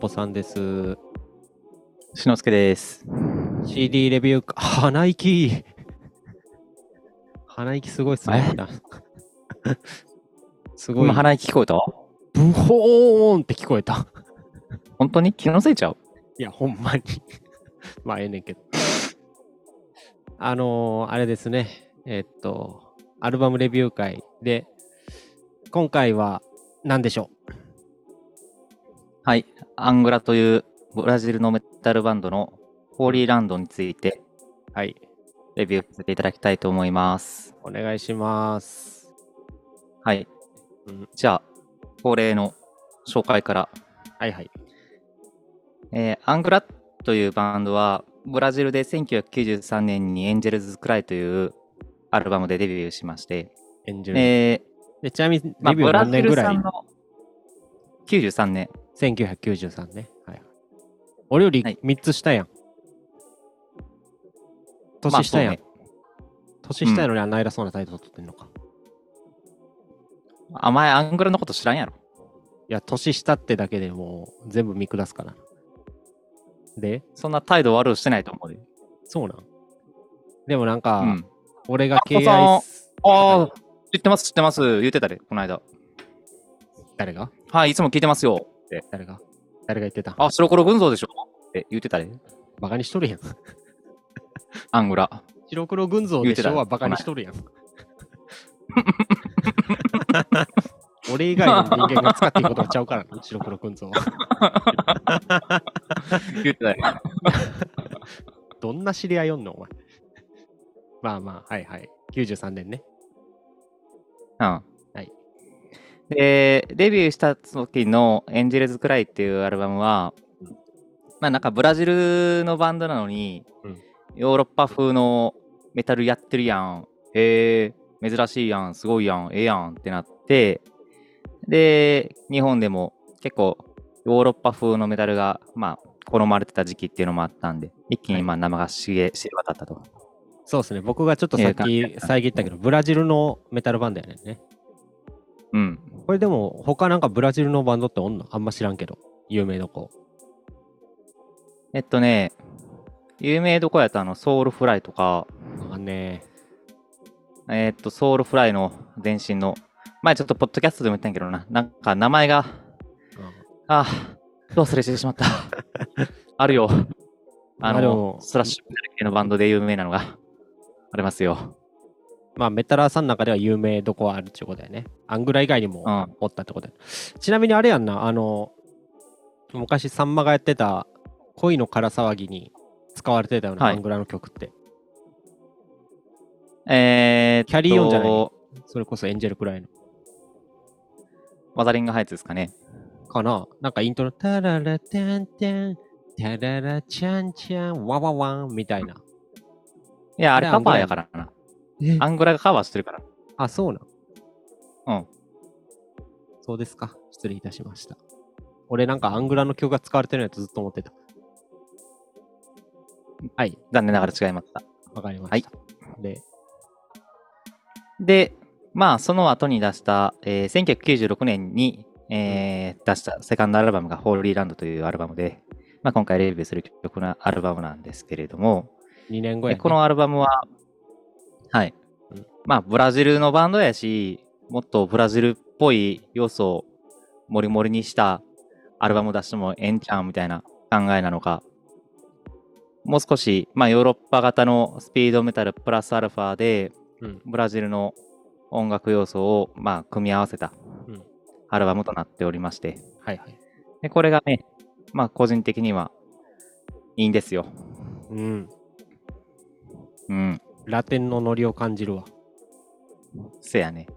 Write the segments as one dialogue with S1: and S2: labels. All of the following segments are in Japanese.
S1: ぽさんです。
S2: しのすけです。
S1: CD レビューか、 鼻息鼻息すごいっすね。 すごい
S2: 今、。鼻息聞こえた
S1: ブホーンって聞こえた。
S2: 本当に気のせいちゃう
S1: いや、ほんまに。 まあ、ええねんけど。あのーあれですね。えっと、アルバムレビュー会で、今回は何でしょ
S2: はい。アングラというブラジルのメタルバンドのホーリーランドについて
S1: うはい。
S2: レビューさせていただきたいと思います。
S1: お願いします。
S2: はい
S1: うん。
S2: じゃあ、恒例の紹介から。
S1: はいはい。
S2: えーアングラというバンドは、ブラジルで1993年にエンジェルズ・クライというアルバムでデビューしまして、
S1: エンジェル。
S2: え
S1: でちなみに、
S2: ーまあ、
S1: レビュ
S2: ブ
S1: ー
S2: ラ
S1: 何
S2: ジ
S1: 年
S2: ル
S1: ぐら
S2: さ
S1: い
S2: んの93年。
S1: 1993ね。はい。俺より
S2: はい
S1: 3つ下やん。
S2: まあ
S1: 年下やん。
S2: そうね
S1: 年下やのにあんな偉そうな態度取ってんのか。
S2: あ、前アングラのこと知らんやろ。
S1: いや、年下ってだけでもう全部見下すから。で、
S2: そんな態度悪うしてないと思うで。
S1: そうなんでもなんか、
S2: うん。
S1: 俺が敬
S2: あ
S1: 愛
S2: お
S1: す、
S2: ああ、知ってます、知ってます。言ってたで、この間。
S1: 誰が
S2: はい、いつも聞いてますよ。って。
S1: 誰が誰が言ってた
S2: あ、白黒群像でしょって言ってたで、
S1: バカにしとるやん。
S2: アングラ。
S1: 白黒群像でし
S2: 言うてた
S1: ょはバカにしとるやん。 俺以外の人間が使っていいことはちゃうからな、白黒群像は。
S2: 言ってたで。
S1: どんな知り合いおんのお前。 まあまあ、はいはい。93年ね。
S2: うん。
S1: はい。
S2: で、デビューした時のエンジェルズ・クライっていうアルバムは、まあなんかブラジルのバンドなのに、
S1: うん
S2: ヨーロッパ風のメタルやってるやん。へえ、珍しいやん、すごいやん、ええやんってなって、で、日本でも結構ヨーロッパ風のメタルが、まあ、好まれてた時期っていうのもあったんで、一気にまあ生が知れ知れ渡ったと。
S1: そうですね。僕がちょっとさっ
S2: ええ
S1: き遮ったけど、ブラジルのメタルバンドやねんね。
S2: うん。
S1: これでも、他なんかブラジルのバンドっておんのあんま知らんけど。有名どこ。
S2: えっとね、有名どこやったあの、ソウルフライとか、
S1: あんね
S2: えーっと、ソウルフライの前身の、前ちょっとポッドキャストでも言ったんやけどな、なんか名前が、
S1: うん
S2: あー、どう忘れしてし まった。あるよ。あ
S1: あで
S2: の
S1: も、
S2: スラッシュ系のバンドで有名なのがありますよ。
S1: まあ、メタラーさんの中では有名どこはあるっていうことだよね。アングラ以外にも
S2: うん
S1: おったってことだよ、ちなみにあれやんな、あの、昔さんまがやってた恋の空騒ぎに使われてたような
S2: は
S1: ア
S2: い
S1: ングラの曲って。
S2: えーっと、
S1: キャリーオンじゃないそれこそエンジェルくらいの。
S2: ワザリングハイツですかね。
S1: かななんかイントロ、タララテンテン、タララチャンチャン、ワワワンみたいな。
S2: いや、あれ
S1: あれ
S2: カバーやからな。ア
S1: あ、
S2: ングラがカバーしてるから。
S1: あそうなん。
S2: うん。
S1: そうですか。失礼いたしました。俺なんかアングラの曲が使われてるやつずっと思ってた。はい、
S2: 残念ながら違いました。
S1: わかりました。で、
S2: で、まあ、その後に出した、えー1996年に、えー出したセカンドアルバムがホーリーランドというアルバムで、まあ、今回レビューする曲のアルバムなんですけれども、
S1: 2年後や、
S2: で
S1: ね。
S2: このアルバムは、はい
S1: うん。
S2: まあ、ブラジルのバンドやし、もっとブラジルっぽい要素をもりもりにしたアルバムを出してもええんちゃうんみたいな考えなのか、もう少し、まあ、ヨーロッパ型のスピードメタルプラスアルファで、
S1: うん
S2: ブラジルの音楽要素を、まあ、組み合わせた
S1: うん
S2: アルバムとなっておりまして、
S1: はいはい。
S2: でこれがね、まあ、個人的にはいいんですよ。
S1: うん。
S2: うん、
S1: ラテンのノリを感じるわ。
S2: せやね。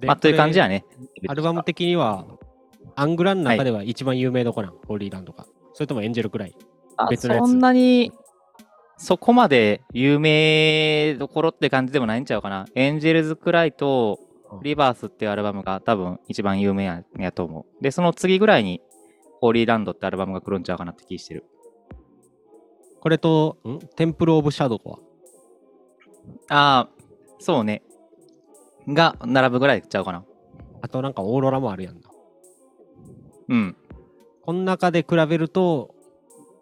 S1: で
S2: まあ、という感じやね。
S1: アルバム的には、アングラの中では一番有名どこなん、ホーリーランドが。それともエンジェルくらい。
S2: あ
S1: 別のやつ
S2: そんなにそこまで有名どころって感じでもないんちゃうかな。エンジェルズ・クライと
S1: うん
S2: リバースっていうアルバムが多分一番有名ややと思う。で、その次ぐらいにホーリーランドってアルバムが来るんちゃうかなって気してる。
S1: これと、んテンプル・オブ・シャドウは。
S2: ああ、そうね。が並ぶぐらいちゃうかな。
S1: あとなんかオーロラもあるやんな。
S2: うん。
S1: この中で比べると、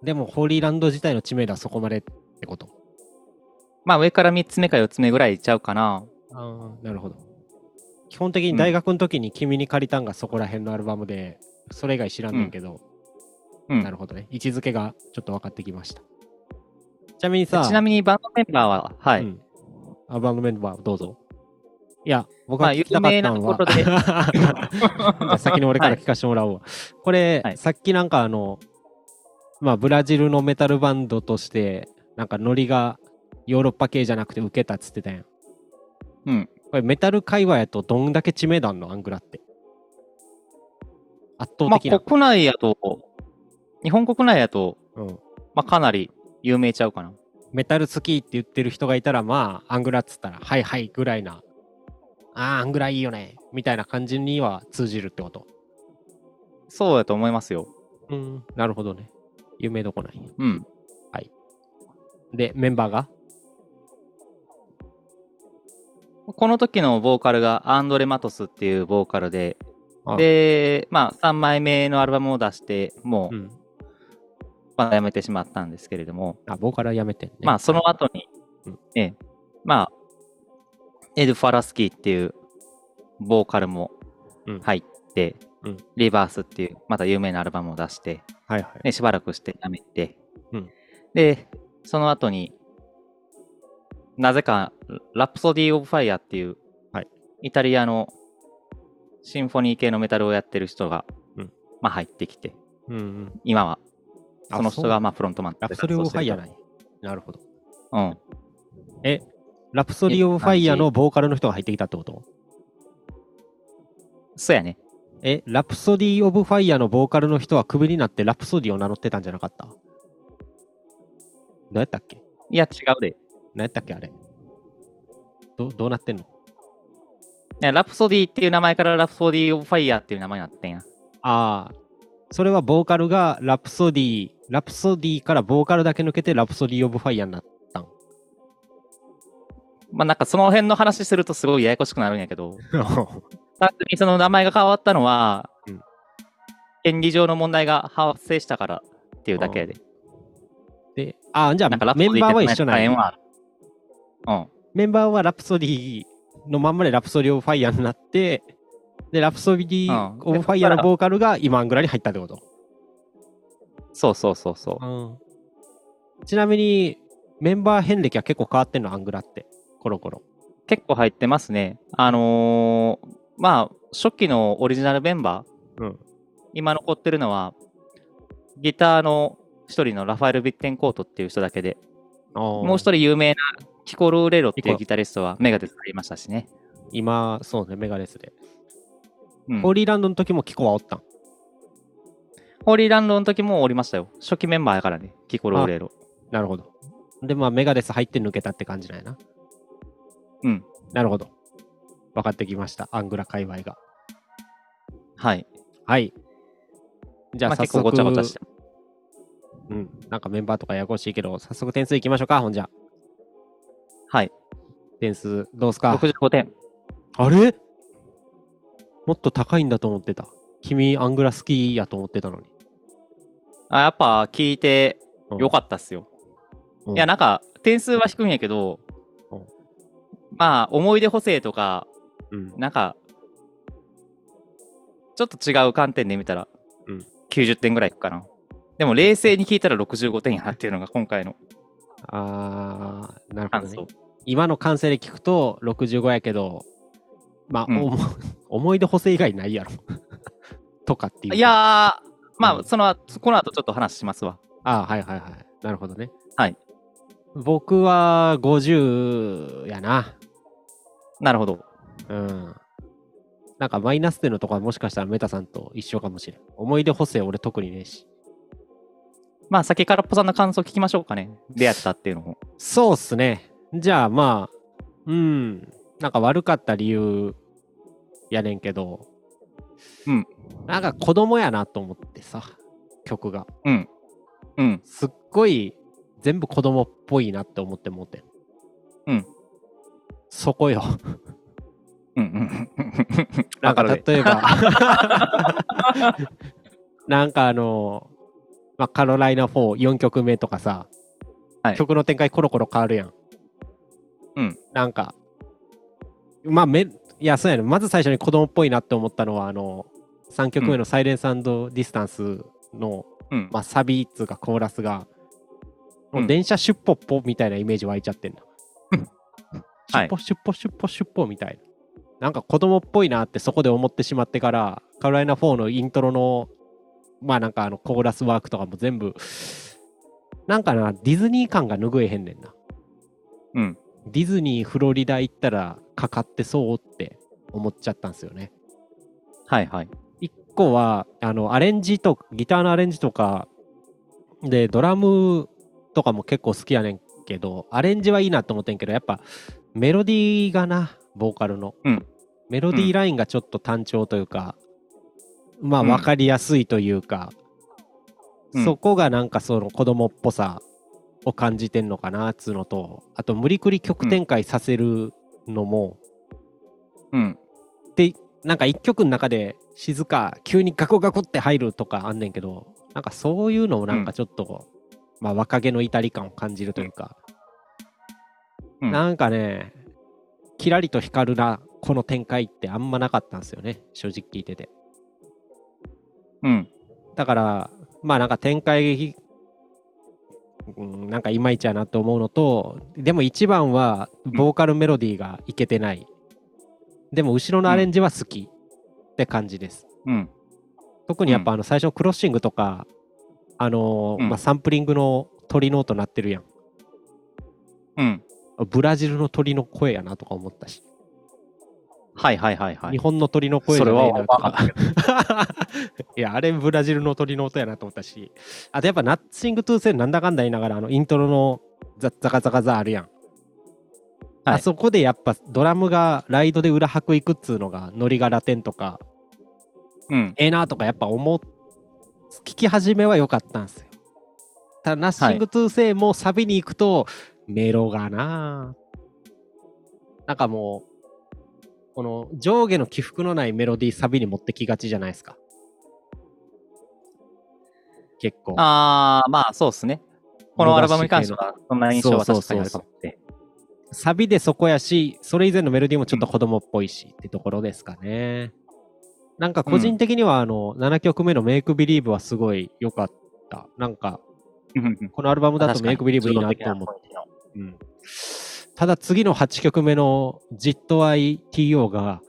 S1: でもホーリーランド自体の知名度はそこまでってこと。
S2: まあ上から3つ目か4つ目ぐらいいっちゃうかな。
S1: ああ、なるほど。基本的に大学の時に君に借りたんがそこら辺のアルバムで、それ以外知らんねんけど、
S2: うん
S1: なるほどね。位置づけがちょっと分かってきました。ちなみにさ、
S2: ちなみにバンドメンバーは、はい。
S1: うん、アバンドメンバーどうぞ。いや、僕
S2: ま
S1: は
S2: あ
S1: 聞きたかったのは、
S2: 有名
S1: じゃあ先に俺から
S2: は
S1: 聞かせてもらおうわ。これ、
S2: はい
S1: さっきなんかあの、まあ、ブラジルのメタルバンドとして、なんかノリがヨーロッパ系じゃなくて受けたっつってたやん。
S2: うん。
S1: これメタル界隈やとどんだけ知名度あんのアングラって。圧倒
S2: ま
S1: 的な。
S2: あ国内やと、日本国内やと、
S1: うん、
S2: まあかなり有名ちゃうかな。
S1: メタル好きって言ってる人がいたら、まあ、アングラっつったら、はいはいぐらいな、ああ、アングラいいよね、みたいな感じには通じるってこと。
S2: そうやと思いますよ。
S1: うん、なるほどね。有名どこない。
S2: うん。
S1: で、メンバーが
S2: この時のボーカルがアンドレ・マトスっていうボーカルで、
S1: あ
S2: で、まあ3枚目のアルバムを出して、も
S1: う
S2: う、
S1: ん。
S2: まあ、やめてしまったんですけれども、
S1: あ、ボーカルはやめてんね。
S2: まあその後に、
S1: うん
S2: ええ、まあ、エド・ファラスキーっていうボーカルも
S1: うん
S2: 入って、
S1: うん
S2: リバースっていうまた有名なアルバムを出して、
S1: あ、はいはい。
S2: ね、しばらくしてやめて、
S1: うん
S2: で、その後になぜかラプソディー・オブ・ファイアっていう、
S1: はい
S2: イタリアのシンフォニー系のメタルをやってる人が、
S1: うん
S2: まあ入ってきて、
S1: うんうん。
S2: 今は
S1: あ
S2: その人
S1: そう
S2: がまあフロントマン
S1: ラプソディオブファイヤー
S2: な
S1: ない。なるほど。
S2: うん。
S1: ラプソディオブファイヤーのボーカルの人が入ってきたってこと
S2: そうやね。
S1: え、ラプソディオブファイヤーのボーカルの人はクビになってラプソディを名乗ってたんじゃなかったどうやったっけ
S2: いや、違うで。
S1: 何やったっけあれ。どどうなってんの
S2: ねラプソディっていう名前からラプソディオブファイヤーっていう名前になってんや。
S1: ああ、それはボーカルがラプソディ、ラプソディからボーカルだけ抜けてラプソディオブファイヤーにな った。
S2: まあなんかその辺の話するとすごいややこしくなるんやけど、単純にその名前が変わったのは、
S1: うん
S2: 権利上の問題が発生したからっていうだけで。
S1: で、ああ、じゃ
S2: なんか
S1: あ
S2: ラプ
S1: メ
S2: ソデ
S1: ン
S2: ィ
S1: バー
S2: っ
S1: は
S2: て
S1: 一緒なん
S2: 大変
S1: や。
S2: はある。
S1: メンバーはラプソディのまんまでラプソディオブファイヤーになって、で、ラプソディ
S2: うん
S1: オブファイヤーのボーカルが今アングラに入ったってこと。
S2: うん。そうそうそうそう。
S1: うん、ちなみに、メンバー遍歴は結構変わってんの、アングラって。コロコロ。
S2: 結構入ってますね。あのーまあ、初期のオリジナルメンバー、
S1: うん
S2: 今残ってるのは、ギターの一人のラファエル・ビッテンコートっていう人だけで、も
S1: も
S2: う一人有名なキコル・レロって
S1: キ
S2: い
S1: コ
S2: うギタリストはメガデスがいましたしね。
S1: 今、そうね、メガレスで。
S2: うん
S1: ホーリーランドの時もキコはおったん。
S2: ホーリーランドの時もおりましたよ。初期メンバーやからね、キコル・レロ。
S1: なるほど。で、まあ、メガレス入って抜けたって感じなんやな。
S2: うん。
S1: なるほど。分かってきました、アングラ界隈が。
S2: はい。
S1: はい。じゃあ、
S2: まあ
S1: 早
S2: 結
S1: 速、
S2: 構ごちゃごちゃして。
S1: うん。なんかメンバーとかややこしいけど、早速点数いきましょうか、ほんじゃ。
S2: はい。
S1: 点数、どうすか
S2: 65点。
S1: あれもっと高いんだと思ってた。君、アングラ好きやと思ってたのに。
S2: あやっぱ聞いてよかったっすよ。
S1: うん
S2: いや、なんか点数は低いんやけど、
S1: うん
S2: まあ、思い出補正とか、
S1: うん。
S2: なんか、ちょっと違う観点で見たら、
S1: うん
S2: 90点ぐらいいくかな。でも、冷静に聞いたら65点やなっていうのが今回の
S1: あー、なるほ
S2: 感
S1: ど、ね
S2: 想。。
S1: 今の感性で聞くと65やけど、まあ、
S2: うん
S1: おも 思い出補正以外ないやろ。 とかっていう。
S2: いやー、ま
S1: う
S2: あ、
S1: ん
S2: その後、この後ちょっと話しますわ。
S1: ああ、はいはいはい。なるほどね。
S2: はい。
S1: 僕は50やな。
S2: なるほど。
S1: うん。なんかマイナス点のとこはもしかしたらメタさんと一緒かもしれん。思い出補正俺特にねえし。
S2: まあ、先からっぽさんの感想聞きましょうかね。出会ったっていうのを。
S1: そうっすね。じゃあまあ、うん。なんか悪かった理由やねんけど。
S2: うん。
S1: なんか子供やなと思ってさ、曲が。
S2: うん。うん。
S1: すっごい全部子供っぽいなって思ってもうてん。
S2: うん。
S1: そこよ。
S2: うん。うん。
S1: なんか
S2: わるで
S1: 例えば、なんかあの、まあ、カロライナ4、4曲目とかさ、
S2: はい
S1: 曲の展開コロコロ変わるやん。
S2: うん。
S1: なんか、まあ、め、いや、そうやね。まず最初に子供っぽいなって思ったのは、あの、3曲目のサイレンスディスタンスの、
S2: うん。
S1: まあ、サビっつうかコーラスが、もううん電車シュッポッポみたいなイメージ湧いちゃってんな。シ
S2: は
S1: ュッ
S2: い
S1: ポシュッポシュッポシュッポみたいな。なんか子供っぽいなってそこで思ってしまってから、カロライナ4のイントロの、まあなんかあのコーラスワークとかも全部、なんかな、ディズニー感が拭えへんねんな。
S2: うん。
S1: ディズニー、フロリダ行ったらかかってそうって思っちゃったんですよね。
S2: はいはい。
S1: 一個はあのアレンジとギターのアレンジとかでドラムとかも結構好きやねんけどアレンジはいいなと思ってんけどやっぱメロディーがなボーカルの、
S2: うん
S1: メロディーラインがちょっと単調というか、まあ
S2: うん
S1: 分かりやすいというか、
S2: うん
S1: そこがなんかその子供っぽさを感じてんのかなっつうのとあと無理くり曲展開させるのも、
S2: うん。
S1: なんか一曲の中で静か急にガコガコって入るとかあんねんけどなんかそういうのをなんかちょっと、まあ若気の至り感を感じるというか、
S2: うん
S1: なんかねキラリと光るなこの展開ってあんまなかったんですよね正直聞いてて
S2: うん。
S1: だからまあなんか展開うんなんかいまいちやなと思うのとでも一番はボーカルメロディーがいけてない、でも後ろのアレンジは好きって感じです
S2: うん。
S1: 特にやっぱあの最初のクロッシングとか、あのー
S2: うん
S1: まあ、サンプリングの鳥の音鳴ってるやん
S2: うん。
S1: ブラジルの鳥の声やなとか思ったし、
S2: はいはいはいは
S1: 日
S2: い。
S1: 本の鳥の声じゃ
S2: それ
S1: な
S2: はい
S1: なとか いやあれブラジルの鳥の音やなと思ったしあとやっぱナッシングトゥーセルなんだかんだ言いながらあのイントロのザッザカザカザあるやん、
S2: はい
S1: あそこでやっぱドラムがライドで裏拍いくっつうのがノリがラテンとか
S2: うん。
S1: ええなとかやっぱ思っ聞き始めは良かったんですよただナッシング2世もサビに行くと、メロがなあなんかもうこの上下の起伏のないメロディーサビに持ってきがちじゃないですか結構
S2: あー、まあそうっすね。このアルバムに関しては、そんな印象は
S1: そう
S2: 確
S1: そ
S2: か
S1: う
S2: に
S1: そう
S2: あるかもしれない
S1: サビでそこやし、それ以前のメロディーもちょっと子供っぽいし、ってところですかね。なんか個人的には、あの、7曲目のメイクビリーブはすごい良かった。なんか、
S2: うん
S1: このアルバムだとメイクビリーブいいなと思って。うんただ次の8曲目の「じっと ITO」が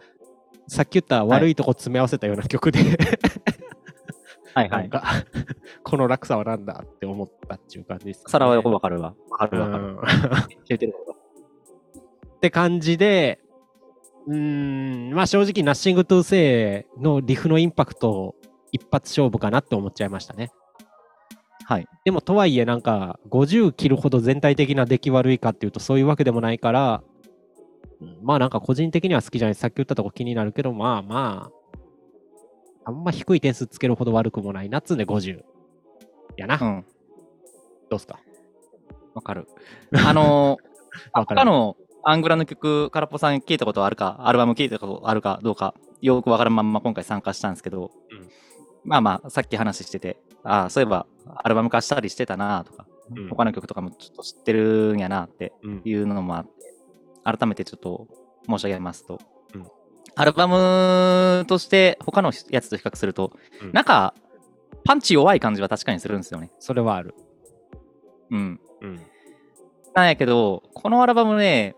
S1: さっき言った悪いとこ詰め合わせたような曲で、
S2: はいは
S1: なん
S2: い。
S1: か この落差はなんだって思ったっていう感じです、ね。
S2: それはよくわかるわ。わか
S1: う
S2: るわかる。
S1: ん
S2: 言ってること
S1: って感じで、うーん、まあ正直、ナッシング・トゥ・セイのリフのインパクト、一発勝負かなって思っちゃいましたね。
S2: はい。
S1: でも、とはいえ、なんか、50切るほど全体的な出来悪いかっていうと、そういうわけでもないから、うんまあなんか個人的には好きじゃない。さっき言ったとこ気になるけど、まあまあ、あんま低い点数つけるほど悪くもないなっつうんで50。やな。
S2: うん。
S1: どうすか
S2: わかる。あのー、
S1: わか
S2: 他
S1: る。
S2: のアングラの曲、空っぽさん聞いたことあるか、アルバム聞いたことあるかどうか、よくわからんまんま今回参加したんですけど、
S1: うん
S2: まあまあ、さっき話してて、ああ、そういえばアルバム化したりしてたなとか、
S1: うん
S2: 他の曲とかもちょっと知ってるんやなって
S1: うん
S2: いうのもあって、改めてちょっと申し上げますと、
S1: うん
S2: アルバムとして他のやつと比較すると、
S1: うん
S2: なんか、パンチ弱い感じは確かにするんですよね。
S1: それはある。
S2: うん。
S1: うん。
S2: なんやけど、このアルバムね、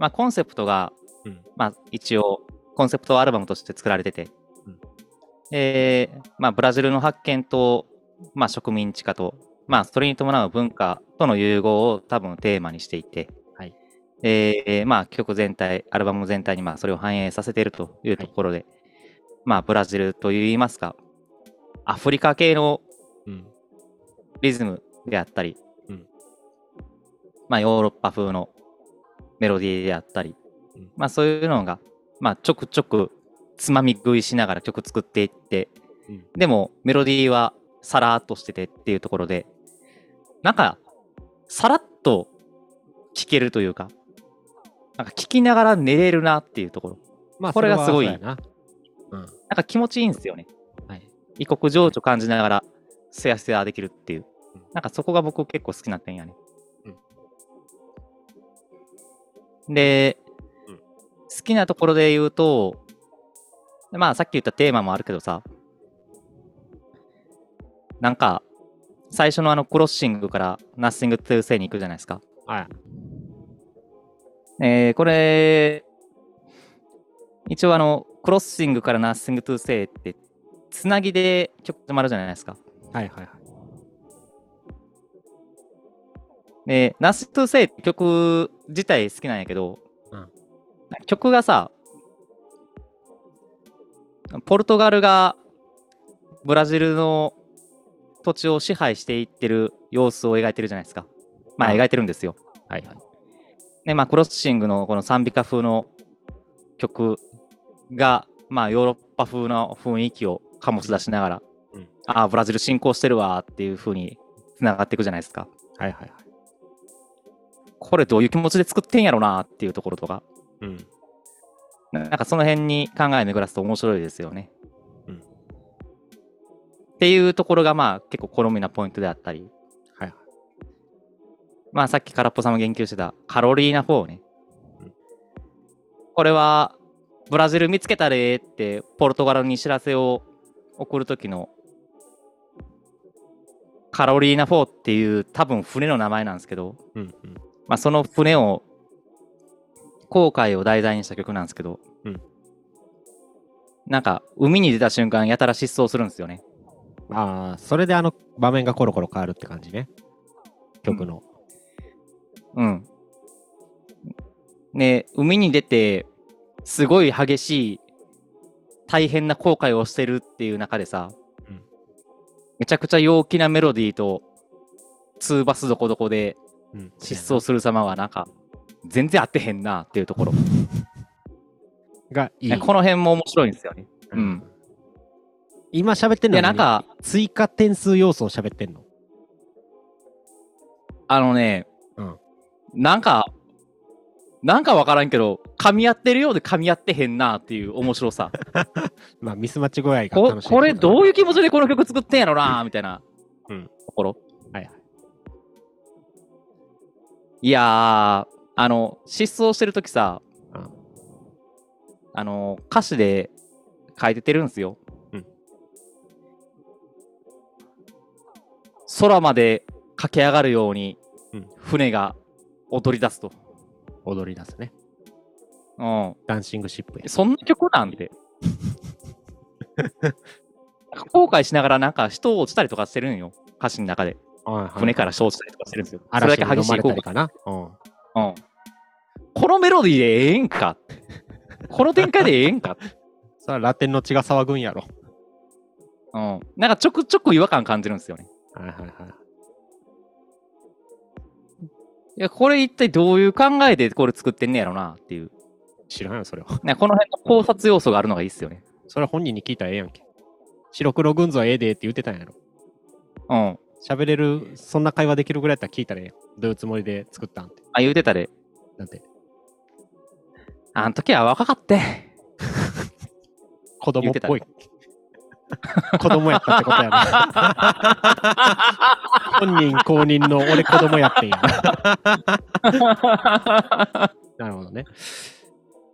S2: まあ、コンセプトが、
S1: うん
S2: まあ、一応、コンセプトアルバムとして作られてて、
S1: うん
S2: えーまあ、ブラジルの発見と、まあ、植民地化と、まあ、それに伴う文化との融合を多分テーマにしていて、
S1: はい
S2: えーまあ、曲全体、アルバム全体にまあそれを反映させているというところで、まあ、ブラジルといいますか、アフリカ系の
S1: うん。
S2: リズムであったり、
S1: うん
S2: まあヨーロッパ風のメロディーであったり、
S1: うん
S2: まあそういうのが、まあちょくちょくつまみ食いしながら曲作っていって、
S1: うん
S2: でもメロディーはさらっとしててっていうところで、なんかさらっと聴けるというか、なんか聴きながら寝れるなっていうところ、
S1: まあ、
S2: これがすごい
S1: そはそうやなうん。
S2: なんか気持ちいいんですよね。
S1: はい。
S2: 異国情緒感じながら、すやすやできるっていう。なんかそこが僕結構好きな点やね。で、
S3: うん
S2: 好きなところで言うと、まあさっき言ったテーマもあるけどさ、なんか、最初のあのクロッシングからナッシング・トゥ・セイに行くじゃないですか。
S1: はい。
S2: えーこれ、一応あの、クロッシングからナッシング・トゥ・セイって、つなぎで曲止まるじゃないですか。
S1: はいはいはい。
S2: で、ナッシング・トゥ・セイって曲自体好きなんやけど、
S1: うん
S2: 曲がさ、ポルトガルがブラジルの土地を支配していってる様子を描いてるじゃないですか。まあ
S1: うん
S2: 描いてるんですよ。
S1: はいはい。
S2: で、まあ、クロッシングのこの賛美歌風の曲が、まあ、ヨーロッパ風の雰囲気を醸し出しながら、
S1: うん
S2: ああ、ブラジル侵攻してるわーっていう風につながっていくじゃないですか。
S1: はいはいはい。
S2: これどういう気持ちで作ってんやろなーっていうところとか、
S1: うん。
S2: ななんかその辺に考えを巡らすと面白いですよね。
S1: うん
S2: っていうところがまあ結構好みなポイントであったり、
S1: はいはい
S2: まあさっき空っぽさんも言及してたカロリーナ4ね
S1: うん。
S2: これはブラジル見つけたでーってポルトガルに知らせを送る時のカロリーナ4っていう多分船の名前なんですけど、
S1: うんうん。
S2: まあ、その船を、航海を題材にした曲なんですけど、
S1: うん
S2: なんか、海に出た瞬間、やたら失踪するんですよね。
S1: ああ、それであの場面がコロコロ変わるって感じね。曲の。
S2: うん。ね、海に出て、すごい激しい、大変な後悔をしてるっていう中でさ、
S1: うん
S2: めちゃくちゃ陽気なメロディーと、ツーバスどこどこで
S1: うん
S2: 失踪する様は、なんか、全然合ってへんなっていうところ。
S1: がいい。
S2: ねこの辺も面白いんですよね。うん
S1: 今喋ってん
S2: い
S1: の
S2: や、
S1: は
S2: なんか、
S1: 追加点数要素を喋ってんの。
S2: あのね、
S1: うん
S2: なんか、なんかわからんけど、噛み合ってるようで噛み合ってへんなっていう面白さ。
S1: まあミスマッチ具合が
S2: こ
S1: 楽しい。
S2: これどういう気持ちでこの曲作ってんやろなみたいな
S1: うん
S2: ところ。
S1: はいはい
S2: いやー、あの、失踪してるときさ、
S1: うん
S2: あの、歌詞で書いててるんですよ。
S1: うん
S2: 空まで駆け上がるように
S1: うん、
S2: 船が踊り出すと。
S1: 踊り出すね。
S2: うん。
S1: ダンシングシップや。
S2: そんな曲な んて。後悔しながらなんか人を落ちたりとかしてるんよ。歌詞の中で。
S1: はいはい
S2: 船から人落ちたりとかしてるんですよ。それ
S1: 嵐
S2: だ
S1: に
S2: け激
S1: 飲
S2: しい
S1: まれ
S2: 後
S1: た
S2: 悔
S1: り。かな。うん。
S2: うん。このメロディーでええんか。この展開でええん か。
S1: それはラテンの血が騒ぐんやろ。
S2: うん。なんかちょくちょく違和感感じるんですよね。
S1: はいはいはい。
S2: いや、これ一体どういう考えでこれ作ってんねやろなっていう。
S1: 知らんよ、それは。
S2: なんかこの辺の考察要素があるのがいいっすよね。
S1: それは本人に聞いたらええやんけ。白黒軍曹はええでって言ってたんやろ。
S2: うん。
S1: 喋れる、そんな会話できるぐらいやったら聞いたらええやん。どういうつもりで作ったんって。
S2: あ、言うてたで。
S1: なんて、
S2: あの時は若かって。
S1: 子供っぽい。子供やったってことやな。 本人公認の俺子供やってんや。なるほどね。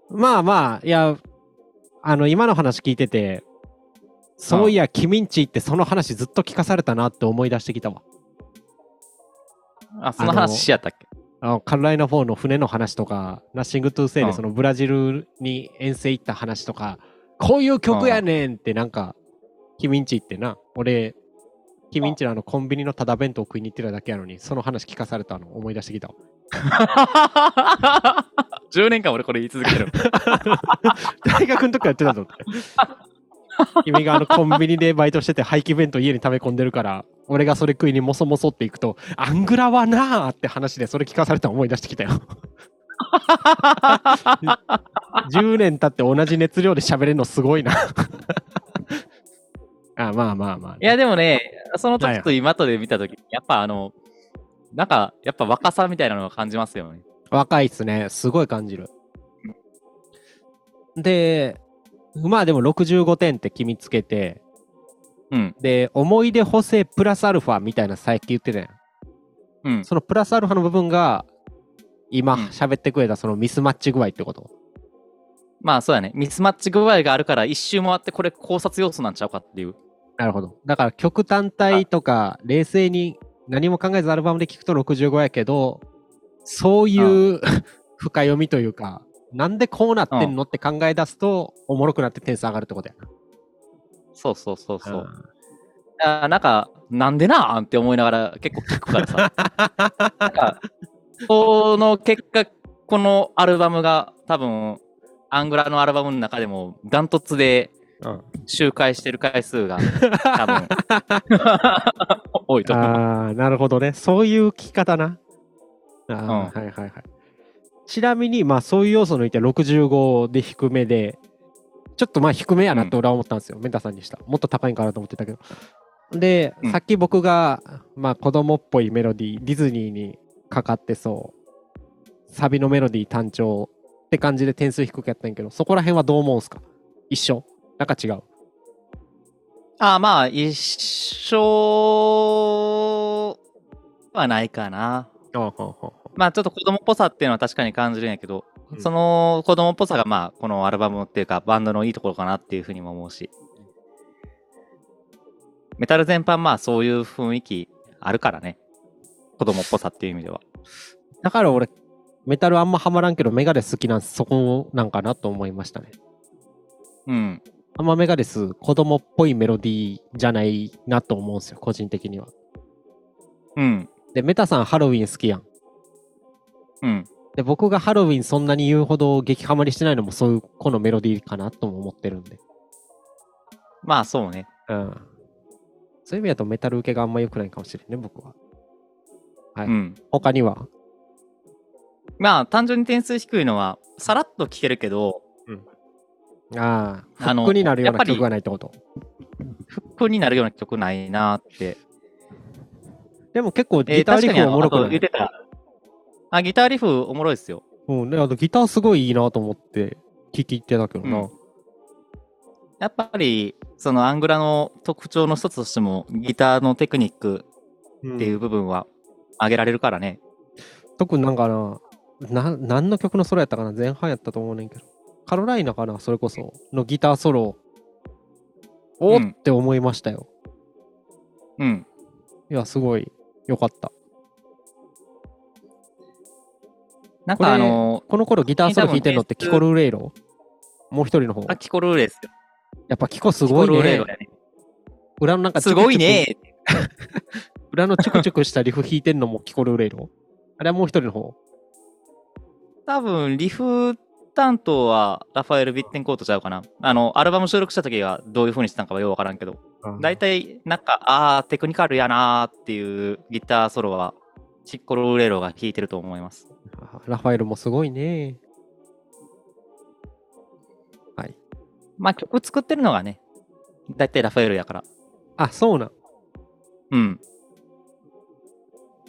S1: まあまあ、いや、あの、今の話聞いてて、そういや、君んち行ってその話ずっと聞かされたなって思い出してきたわ。
S2: あ、その話しやったっけ
S1: あのカルライナ4の船の話とか、ナッシング・トゥ・セイ
S2: う
S1: で
S2: ん
S1: そのブラジルに遠征行った話とか、こういう曲やねんってなんか、君んち行ってな、俺、君んちのあのコンビニのただ弁当食いに行ってただけやのに、その話聞かされたの思い出してきたわ。
S2: 10年間俺これ言い続けてる。
S1: 大学の時からやってたぞって。君があのコンビニでバイトしてて廃棄弁当家に溜め込んでるから、俺がそれ食いにもそもそっていくと、アングラはなあって話でそれ聞かされたの思い出してきたよ。10年経って同じ熱量で喋れるのすごいな。あまあまあまあ、
S2: いやでもね、その時と今とで見た時、やっぱあの、なんかやっぱ若さみたいなのを感じますよね。
S1: 若いっすね。すごい感じる。で、まあでも65点って君つけて、
S2: うん。
S1: で、思い出補正プラスアルファみたいな最近言ってたやん。
S2: うん。
S1: そのプラスアルファの部分が、今
S2: うん
S1: 喋ってくれたそのミスマッチ具合ってこと。
S2: まあそうやね。ミスマッチ具合があるから一周回ってこれ考察要素なんちゃうかっていう。
S1: なるほど。だから曲単体とか、冷静に何も考えずアルバムで聴くと65やけど、そういう 深読みというか、なんでこうなってんのって考え出すと、おもろくなって点数上がるってことやな。
S2: そうそうそうそう。
S1: ん
S2: あなんか、なんでなあんって思いながら結構聞くからさ。なんか、その結果、このアルバムが多分、アングラのアルバムの中でもダントツで
S1: うん
S2: 周回してる回数 が多分、多いと思う。
S1: あ あ、なるほどね。そういう聞き方な。あー
S2: うん
S1: はいはいはい。ちなみに、まあそういう要素抜いて65で低めで、ちょっとまあ低めやなって俺は思ったんですよ。メンタさんにした。もっと高いんかなと思ってたけど。で、
S2: うん
S1: さっき僕が、まあ子供っぽいメロディー、ディズニーにかかってそう。サビのメロディー単調って感じで点数低くやったんやけど、そこら辺はどう思うんすか一緒なんか違う。
S2: あまあ、一生はないかな。
S1: ああ、ほうほうほ
S2: まあちょっと子供っぽさっていうのは確かに感じるんやけど、
S1: うん
S2: その子供っぽさがまあこのアルバムっていうかバンドのいいところかなっていうふうにも思うし、メタル全般まあそういう雰囲気あるからね。子供っぽさっていう意味では。
S1: うだから俺、メタルあんまハマらんけど、メガネ好きなんそこなんかなと思いましたね。
S2: うん。
S1: あんまメガネス、子供っぽいメロディーじゃないなと思うんですよ、個人的には。
S2: うん。
S1: で、メタさんハロウィン好きやん。
S2: うん。
S1: で、僕がハロウィンそんなに言うほど激ハマりしてないのも、そういうこのメロディーかなとも思ってるんで。
S2: まあそうね。
S1: うん。そういう意味だとメタル受けがあんま良くないかもしれんね、僕は。はい
S2: うん。
S1: 他には。
S2: まあ単純に点数低いのはさらっと聴けるけど、
S1: ああ、フ
S2: あの
S1: ックになるよう
S2: やっ
S1: な
S2: ぱり
S1: 曲がないってこと。
S2: フックになるような曲ないなって。
S1: でも結構
S2: えー
S1: ギターリ
S2: 確かに
S1: フ
S2: あ
S1: おも
S2: の
S1: ろく
S2: あ
S1: な
S2: と
S1: い、
S2: 言ってた。あ、ギターリフおもろいっすよ。
S1: うん、ね、あとギターすごいいいなと思って聞き入ってたけどな。
S2: うんやっぱりそのアングラの特徴の一つとしてもギターのテクニック
S1: うん
S2: っていう部分は挙げられるからね。
S1: 特になんかな、な何の曲のソロやったかな前半やったと思うねんけど。カロライナかなそれこそ。のギターソロ。お
S2: う
S1: っ
S2: ん
S1: って思いましたよ。
S2: うん。
S1: いや、すごい。よかった。
S2: なん
S1: これ
S2: かあの、
S1: この頃ギターソロ弾いてんのって
S2: 多
S1: キ
S2: 分
S1: コルーレイロもう一人の方。
S2: あ、キコルーレですよ。
S1: やっぱキコす
S2: キ
S1: ご
S2: コ
S1: い
S2: ルーレ
S1: ね
S2: ロ。やね。
S1: 裏のなんかチュ
S2: す
S1: クチュク
S2: ごい。ね。
S1: 裏のチュクチュクしたリフ弾いてんのも キコルーレイロあれはもう一人の方。
S2: 多分リフ担当はラファエル・ビッテンコートちゃうかな。あの、アルバム収録した時はどういう風にしてたんかはようわからんけど、大体なんか、あー、テクニカルやなーっていうギターソロはキコルーレロが弾いてると思います。
S1: あラファエルもすごいね。
S2: まあ曲作ってるのがね、大体ラファエルやから。
S1: あ、そうなん。
S2: うん。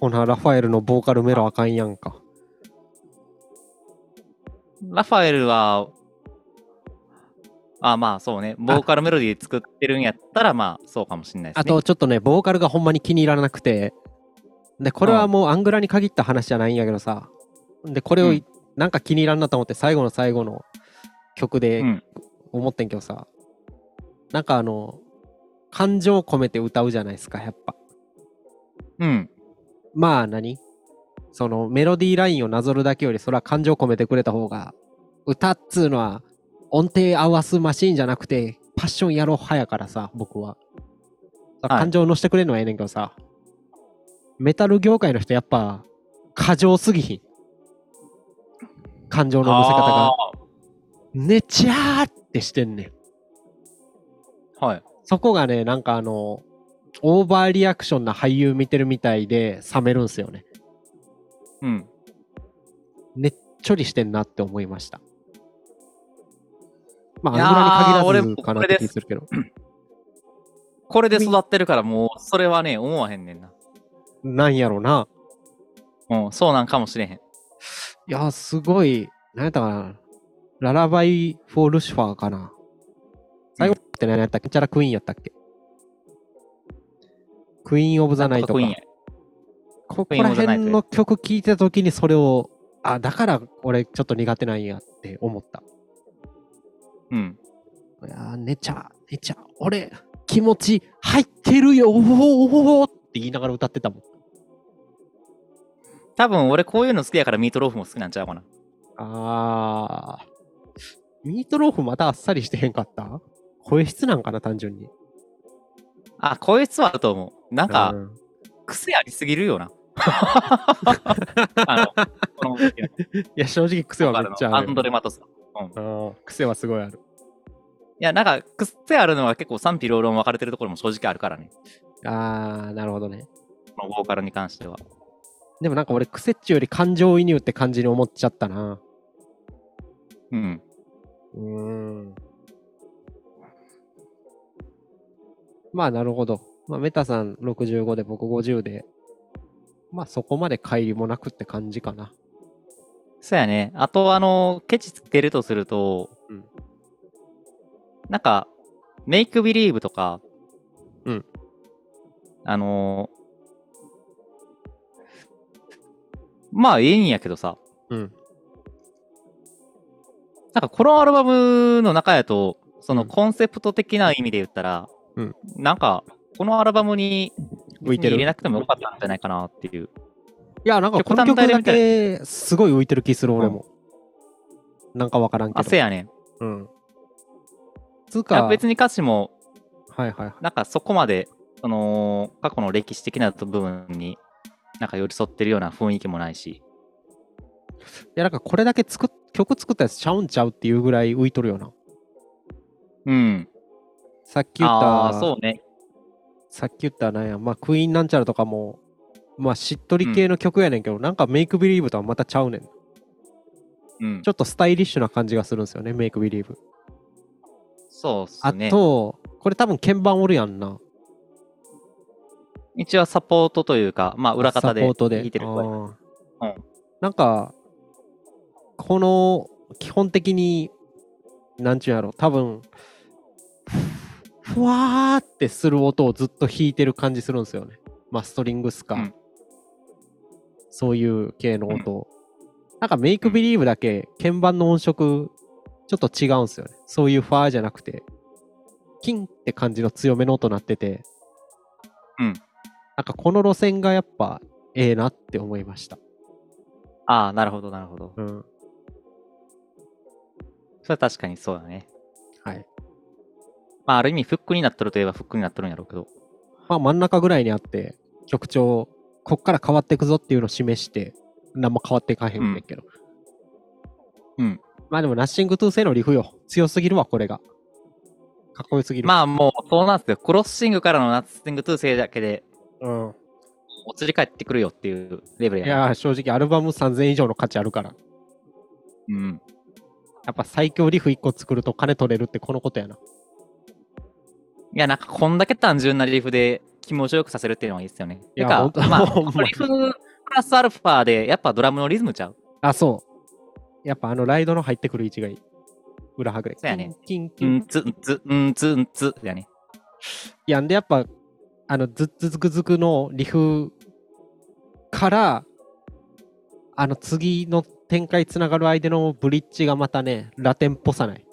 S1: ほな、ラファエルのボーカルメロあかんやんか。
S2: ラファエルは、あ、まあそうね、ボーカルメロディー作ってるんやったら、まあそうかもしれないです
S1: あ
S2: ね。
S1: と、ちょっとね、ボーカルがほんまに気に入らなくて、で、これは
S2: うん
S1: もうアングラに限った話じゃないんやけどさ、で、これを
S2: う
S1: い
S2: ん
S1: なんか気に入らんなと思って、最後の最後の曲
S2: う
S1: で
S2: ん、
S1: 思ってんけどさ、なんかあの、感情を込めて歌うじゃないですか、やっぱ。
S2: うん、
S1: まあ何そのメロディーラインをなぞるだけより、それは感情を込めてくれた方が、歌っつうのは音程合わすマシーンじゃなくて、パッションやろう派やからさ、僕は。
S2: はい
S1: 感情を乗せてくれるのはええねんけどさ、メタル業界の人やっぱ、過剰すぎひん。感情の乗せ方が。ねちゃーってしてんねん。
S2: あーはい。
S1: そこがね、なんかあの、オーバーリアクションな俳優見てるみたいで冷めるんすよね。
S2: うん。
S1: ちょりしてんなって思いました。ま
S2: いやー
S1: あ、アングラに限ら
S2: 俺
S1: ず
S2: も
S1: かな
S2: こ
S1: っ
S2: れ
S1: て気
S2: です
S1: するけど。
S2: これで育ってるから、もうそれはね、思わへんねんな。
S1: なんやろな。
S2: うん、そうなんかもしれへん。
S1: いやー、すごい、なんやったかな。ララバイ・フォー・ルシファーかな。最後って何やったっけチャラ・クイーンやったっけクイーン・オブ・ザ・ナイ
S2: か
S1: ト
S2: っ
S1: か。
S2: こいいんや。
S1: ここ
S2: クイーン
S1: ら
S2: オブザナイト
S1: 辺の曲聴いた時にそれを、あ、だから俺ちょっと苦手なんやって思った。
S2: うん。
S1: いやー、寝ちゃ、寝ちゃ、俺、気持ち入ってるよ、おおおおって言いながら歌ってたもん。
S2: 多分俺こういうの好きやからミートローフも好きなんちゃうかな。
S1: あー。ミートローフまたあっさりしてへんかった声質なんかな、単純に。
S2: あ、こういう質はあると思う。な
S1: う
S2: んか、
S1: ん
S2: 癖ありすぎる よな。あの、この、
S1: いや、正直癖はめっちゃあ
S2: ア
S1: る。
S2: ンドレ・マトス。うん。い
S1: うん癖はすごいある。
S2: や、なんか、癖あるのは結構賛否両論分かれてるところも正直あるからね。
S1: あー、なるほどね。
S2: このボーカルに関しては。
S1: でもなんか俺、癖っちゅうより感情移入って感じに思っちゃったな。
S2: うん。
S1: うーん。まあ、なるほど。まあ、メタさん65で僕50で、まあ、そこまで乖離もなくって感じかな。
S2: そうやね。あと、あの、ケチつけるとすると、
S1: うん
S2: なんか、メイクビリーブとか、
S1: うん。
S2: あのまあ、いいんやけどさ、
S1: うん。
S2: なんかこのアルバムの中やと、その
S1: うん
S2: コンセプト的な意味で言ったら、
S1: うん
S2: なんか、このアルバムに
S1: 浮いてる
S2: 入れなくてもよかったんじゃないかなっていう。
S1: いや、なんかこの曲だけ、すごい浮いてる気する、俺も。なんかわからんけ
S2: あ、
S1: ど。
S2: せやねん。
S1: うん。つう
S2: いや
S1: か、
S2: 別に歌詞も、
S1: はいはいはい。
S2: なんかそこまで、その、過去の歴史的な部分に、なんか寄り添ってるような雰囲気もないし。
S1: いや、なんかこれだけ作っ曲作ったやつちゃうんちゃうっていうぐらい浮いとるよな。
S2: うん。
S1: さっき言っ
S2: ああ
S1: た
S2: ー、、そうね。
S1: さっき言ったなんや、まあ、クイーンなんちゃらとかも、まあ、しっとり系の曲やねんけど、なんかメイクビリーブとはまたちゃうねん。ち
S2: うん。
S1: ょっとスタイリッシュな感じがするんですよね、メイクビリーブ。
S2: そうっす
S1: あ
S2: ね。
S1: と、これ多分鍵盤おるやんな。
S2: 一応サポートというか、まあ裏方
S1: サ
S2: で弾
S1: ポートで。
S2: いてる
S1: あ
S2: 声。
S1: ー
S2: うん
S1: なんか、この、基本的に、なんちゅうんやろ、多分、ふわーってする音をずっと弾いてる感じするんですよね。まあ、ストリングスか、
S2: うん
S1: そういう系の音を。なんか、メイクビリーブだけ、鍵盤の音色、ちょっと違うんですよね。そういうファーじゃなくて、キンって感じの強めの音鳴ってて、
S2: うん
S1: なんかこの路線がやっぱええなって思いました。
S2: ああ、なるほど、なるほど。
S1: うん。
S2: それは確かにそうだね。
S1: はい。
S2: まあある意味フックになっとるといえばフックになっとるんやろうけど。
S1: まあ真ん中ぐらいにあって、曲調、こっから変わっていくぞっていうのを示して、何も変わっていかへんねんけど。
S2: うん。
S1: まあでも、ナッシング・トゥ・セのリフよ。強すぎるわ、これが。かっこよすぎる。
S2: まあもう、そうなんですよ。クロッシングからのナッシング2世だけで、
S1: うん。
S2: お釣り返ってくるよっていうレベル
S1: い
S2: やな。
S1: やー、正直、アルバム3000以上の価値あるから。
S2: うん。
S1: やっぱ最強リフ1個作ると金取れるってこのことやな。
S2: いや、なんかこんだけ単純なリーフで気持ちよくさせるっていうのはいいですよね。
S1: いや
S2: てか
S1: ほんと
S2: まあ、
S1: ほんまに
S2: リーフプラスアルファで、やっぱドラムのリズムちゃう。
S1: あ、そう。やっぱあのライドの入ってくる位置がいい。裏はぐれ。
S2: そうやね
S1: キンキ
S2: う
S1: ンキン
S2: んつ、んつ、うんつ、んつ、やね。
S1: いやんで、やっぱ、あの、ずっずくずくのリフから、あの、次の展開つながる相手のブリッジがまたね、ラテンっぽさない。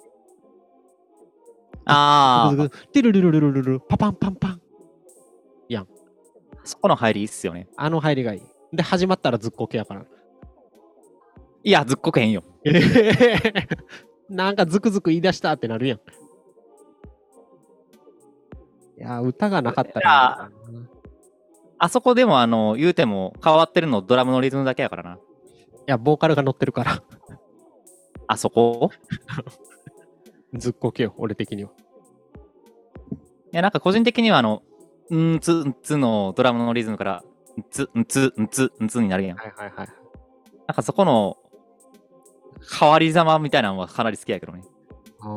S2: あ
S1: ズ
S2: あ、
S1: クズクティルルルルルルル、パパンパンパン。
S2: そこの入りいいっすよね。
S1: あの入りがいい。で、始まったらずっこけやから。
S2: いや、ずっこけへんよ。
S1: なんかズクズク言い出したってなるやん。いやー、歌がなかったらいいな。
S2: あそこでも、あの、言うても、変わってるのドラムのリズムだけやからな。
S1: いや、ボーカルが乗ってるから。
S2: あそこ
S1: ずっこけよ、俺的には。
S2: いや、なんか個人的には、あの、うんつ、んつのドラムのリズムから、んつ、んつ、んつ、んつになるやん。
S1: はいはいはい。
S2: なんかそこの、変わりざまみたいなのはかなり好きやけどね。
S1: ああ、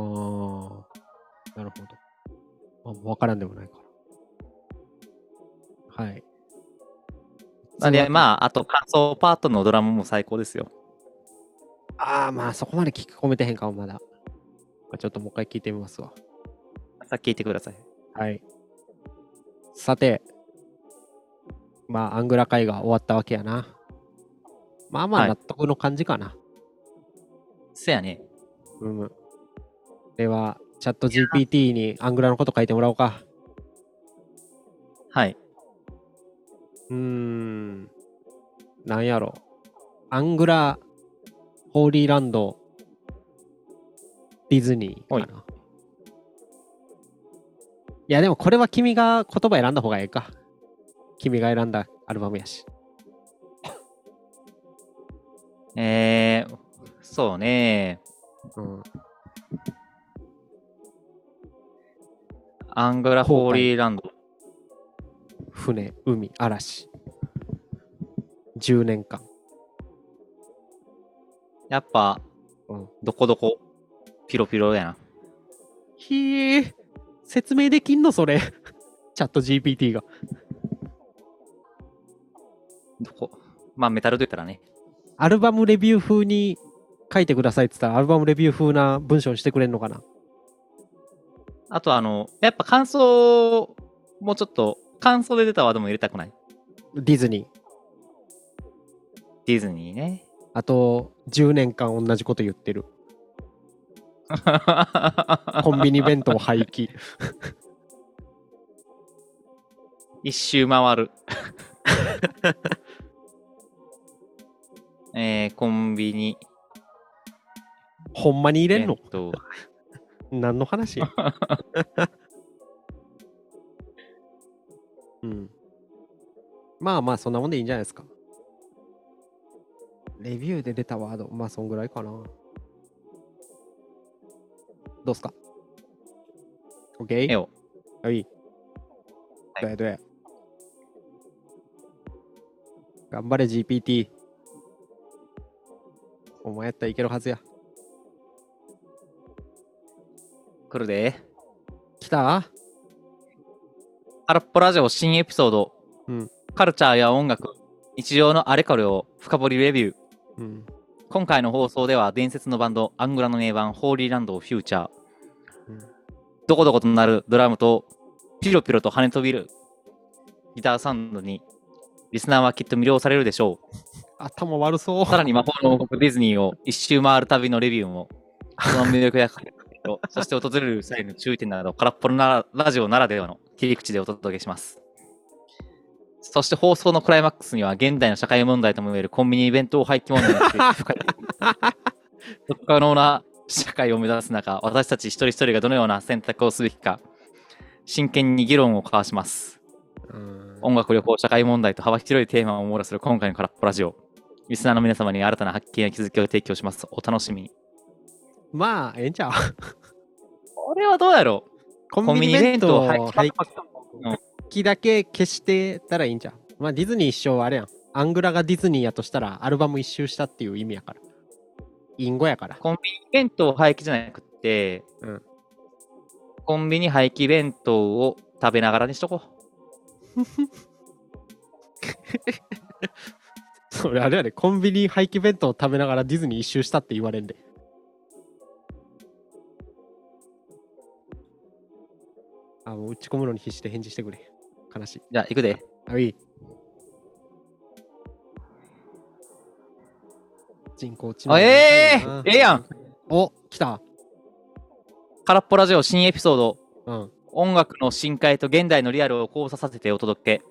S1: なるほど。あ、わからんでもないから。はい。
S2: なんで、
S1: あ。
S2: まあ、あと、感想パートのドラムも最高ですよ。
S1: ああ、まあそこまで聞き込めてへんかも、まだ。ちょっともう一回聞いてみますわ。
S2: さっき聞いてください。
S1: はい。さて、まあ、アングラ会が終わったわけやな。まあま
S2: は
S1: あ
S2: い
S1: 納得の感じかな。
S2: そやね。
S1: うん。では、チャット GPT にアングラのこと書いてもらおうか。
S2: はい。
S1: うーん。なんやろ。アングラ、ホーリーランド、ディズニー
S2: はい
S1: かな。いや、でもこれは君が言葉選んだ方がええか。君が選んだアルバムやし。
S2: えー、そうね。
S1: うん。
S2: アングラホーリーランド。
S1: 船、海、嵐。10年間。
S2: やっぱ、
S1: うん
S2: どこどこ、ピロピロやな。
S1: ひえ、説明できんのそれ。チャット GPT が。
S2: どこ。まあ、メタルと言ったらね。
S1: アルバムレビュー風に書いてくださいって言ったら、アルバムレビュー風な文章にしてくれるのかな
S2: あと、あの、やっぱ感想、もうちょっと、感想で出たワードも入れたくない。
S1: ディズニー。
S2: ディズニ ーね。
S1: あと、10年間同じこと言ってる。コンビニ弁当廃棄。
S2: 一周回る。 えー、コンビニ。
S1: ほんまに入れんの
S2: えっと、
S1: 何の話うん。まあまあ、そんなもんでいいんじゃないですか。レビューで出たワード、まあそんぐらいかな。どうっすか ?OK?
S2: 絵を。
S1: はい。
S2: はい
S1: どやどや。頑張れ GPT。お前やったらいけるはずや。
S2: 来るで。
S1: 来た
S2: ハラッポラジオ新エピソード。
S1: うん
S2: カルチャーや音楽、日常のあれこれを深掘りレビュー。
S1: うん。
S2: 今回の放送では伝説のバンド、アングラの名盤、ホーリーランドをフューチャー。
S1: うん
S2: どこどことなるドラムと、ピロピロと跳ね飛びるギターサウンドに、リスナーはきっと魅了されるでしょう。
S1: 頭悪そう。
S2: さらに魔法の王国ディズニーを一周回る旅のレビューも、その魅力やそして訪れる際の注意点など、空っぽなラジオならではの切り口でお届けします。そして放送のクライマックスには、現代の社会問題ともいえるコンビニ弁当廃棄問題について深い、可能な社会を目指す中、私たち一人一人がどのような選択をすべきか、真剣に議論を交わします。
S1: うん
S2: 音楽、旅行、社会問題と幅広いテーマを網羅する今回の空っぽラジオ。リスナーの皆様に新たな発見や気づきを提供します。お楽しみに。
S1: まあ、ええんち ゃう。
S2: これはどうやろ
S1: コ
S2: うコン
S1: ン
S2: ビ
S1: ビ
S2: ニ
S1: ニ
S2: 弁
S1: 弁
S2: 当
S1: 当
S2: 廃
S1: 廃
S2: 棄。
S1: 棄だけ消してたらいいんちゃう。まあ、ディズニー一生あれやん。アングラがディズニーやとしたら、アルバム一周したっていう意味やから。隠語やから。
S2: コンビニ弁当廃棄じゃなくて、
S1: うん
S2: コンビニ廃棄弁当を食べながらにしとこう。
S1: それあれやで、コンビニ廃棄弁当を食べながらディズニー一周したって言われんで。あ、もう打ち込むのに必死で返事してくれ。悲しい。
S2: じゃあ、行くで。
S1: あ、いい。人工知能
S2: あええええやん
S1: お、来た。
S2: 空っぽラジオ新エピソード。
S1: うん。
S2: 音楽の深海と現代のリアルを交差させてお届け。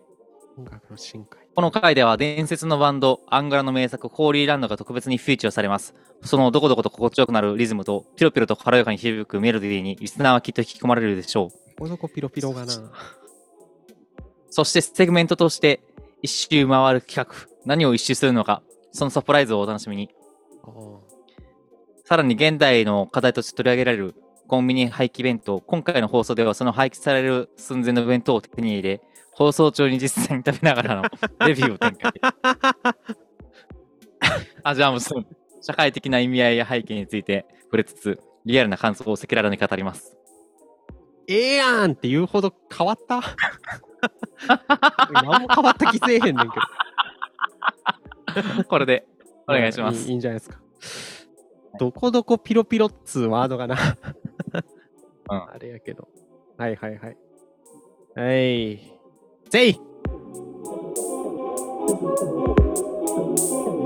S1: 音楽の深海。
S2: この回では伝説のバンド、アングラの名作、ホーリーランドが特別にフィーチャーされます。そのどこどこと心地よくなるリズムと、ピロピロと軽やかに響くメロディーに、リスナーはきっと引き込まれるでしょう。
S1: この子ピロピロがな。
S2: そしてセグメントとして、一周回る企画、何を一周するのか、そのサプライズをお楽しみに。
S1: お
S2: さらに現代の課題として取り上げられるコンビニ廃棄弁当、今回の放送ではその廃棄される寸前の弁当を手に入れ、放送中に実際に食べながらのレビューを展開。あじゃあもうそう社会的な意味合いや背景について触れつつ、リアルな感想を赤裸々に語ります。
S1: ええやんって言うほど変わった 何も変わった気せえへんねんけど。
S2: これでお願いしま
S1: うん
S2: す
S1: いい。いいんじゃないですか。どこどこピロピロっつうワードがな。
S2: うん
S1: あれやけど。はいはいはい。はい。ぜい
S3: う。